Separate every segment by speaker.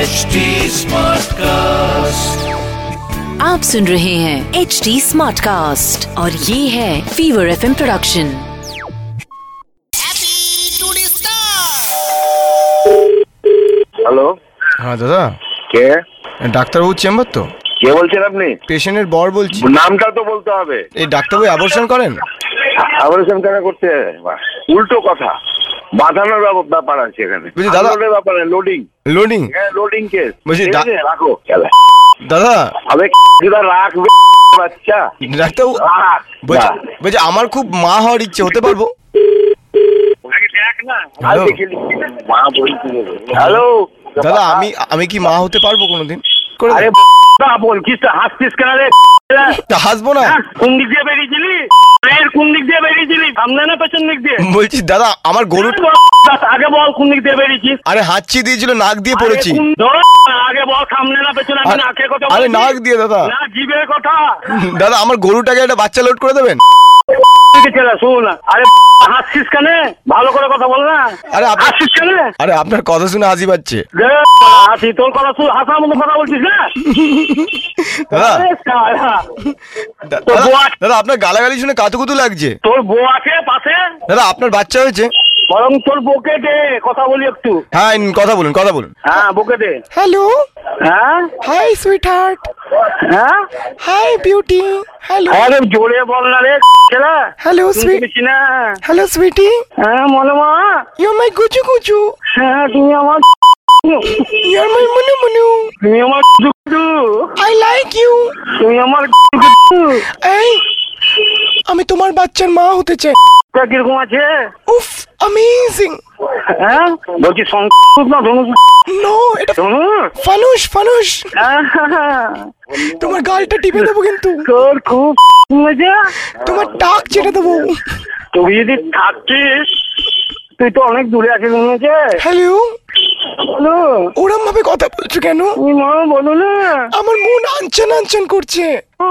Speaker 1: HD Smartcast.
Speaker 2: आप सुन रहे हैं एच डी स्मार्ट कास्ट और ये है फीवर एफ प्रोडक्शन
Speaker 3: হ্যালো
Speaker 4: হ্যাঁ দাদা
Speaker 3: কে
Speaker 4: ডাক্তারবাবু চেম্বার তো
Speaker 3: কে বলছেন আপনি
Speaker 4: পেশেন্টের বর বলছি
Speaker 3: নামটা তো বলতে হবে
Speaker 4: এই ডাক্তারবাবু অ্যাবর্শন করেন
Speaker 3: অপারেশন কেন করতে হয়? বাহ, উল্টো কথা বাঁধানোর ব্যাপ- ব্যাপার আছে এখানে
Speaker 4: বলছি দাদা-
Speaker 3: আন্দোলনের ব্যাপার লোডিং
Speaker 4: লোডিং
Speaker 3: হ্যাঁ লোডিং কেস
Speaker 4: বলছি দা-
Speaker 3: রাখো খেলা
Speaker 4: দাদা
Speaker 3: আবে কিরা রাখবে বাচ্চা
Speaker 4: ডাক্তারবাবু
Speaker 3: রাখ
Speaker 4: বলছি
Speaker 3: রাখ।
Speaker 4: বলছি আমার খুব মা হওয়ার ইচ্ছে হতে পারবো
Speaker 3: আর
Speaker 4: Hello?
Speaker 3: দেখে লিখি। মা বলছি হ্যালো
Speaker 4: দাদা আমি আমি কি মা হতে পারবো কোনোদিন করে
Speaker 3: আরে
Speaker 4: দাও।
Speaker 3: না বল কিসটা হাসছিস কেন রে
Speaker 4: তা হাসবো না
Speaker 3: হ্যাঁ, কোন দিক দিয়ে বেরিয়েছিলি এর কোন দিক দিয়ে বেরিয়েছিলি সামনে না পেছন দিক দিয়ে
Speaker 4: বলছি দাদা আমার গরু
Speaker 3: আগে বল কোন দিক দিয়ে বেরিয়েছিস
Speaker 4: আরে হাঁচি দিয়েছিল নাক দিয়ে পড়েছি
Speaker 3: আরে কোন- ধরো, আগে বল সামনে না পেছনে আমি
Speaker 4: আরে-
Speaker 3: নাকের কথা
Speaker 4: আরে
Speaker 3: বলছি।
Speaker 4: নাক দিয়ে দাদা।
Speaker 3: না জিভের কথা
Speaker 4: দাদা আমার গরুটাকে একটা বাচ্চা লোড করে দেবেন
Speaker 3: ছেলে শুন আরে হাসছিস কেন ভালো করে কথা বল না
Speaker 4: আরে আপনি-
Speaker 3: হাসছিস কেন
Speaker 4: আরে আপনার কথা শুনে হাসি পাচ্ছে
Speaker 3: যে, হাসি তোর কথা শুন হাসার মতো কথা বলছিস না
Speaker 4: দাদা
Speaker 3: আরে সারা।
Speaker 4: দা-
Speaker 3: তো
Speaker 4: দাদা
Speaker 3: বল।
Speaker 4: দাদা আপনার গালাগালি শুনে কাতুকুতু লাগছে
Speaker 3: তোর বউ আছে পাশে
Speaker 4: দাদা আপনার বাচ্চা হয়েছে
Speaker 3: বরং তোর বউকে দে কথা বলি একটু
Speaker 4: হ্যাঁ কথা বলুন কথা বলুন
Speaker 3: হ্যাঁ বউকে দে
Speaker 5: हेलो
Speaker 3: হ্যাঁ
Speaker 5: हाय स्वीटहार्ट
Speaker 3: হ্যাঁ
Speaker 5: हाय ब्यूटी हेलो
Speaker 3: আরে জোরে বল না রে ছেলে
Speaker 5: हेलो स्वीट
Speaker 3: শুনছিস না
Speaker 5: हेलो स्वीटी
Speaker 3: হ্যাঁ মনে মা
Speaker 5: यू आर माय गुजू गुजू
Speaker 3: হ্যাঁ তুমি আমার
Speaker 5: यू आर माय मुनु मुनु
Speaker 3: তুমি আমার দুধু।
Speaker 5: आई लाइक यू
Speaker 3: তুমি আমার দুধু।
Speaker 5: এই আমি তোমার বাচ্চার মা হতে চাই
Speaker 3: তা কিরকম আছে
Speaker 5: উফ অ্যামেজিং
Speaker 3: হ্যাঁ বলছি সং না ধনু
Speaker 5: নো এটা
Speaker 3: ধনু
Speaker 5: ফানুস ফানুস
Speaker 3: আহ,
Speaker 5: তোমার গালটা টিপে দেবো কিন্তু
Speaker 3: তোর খুব মজা
Speaker 5: তোমার টাক চেটে দেবো
Speaker 3: তুই যদি থাকছিস তুই তো অনেক দূরে আছিস মনে হচ্ছে
Speaker 5: হ্যালো
Speaker 3: বলো
Speaker 5: ওরম ভাবে কথা বলছো কেন
Speaker 3: তুমি মা বলো না
Speaker 5: আমার মন আনচান আনচান করছে
Speaker 3: ও,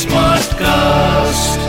Speaker 1: Smartcast.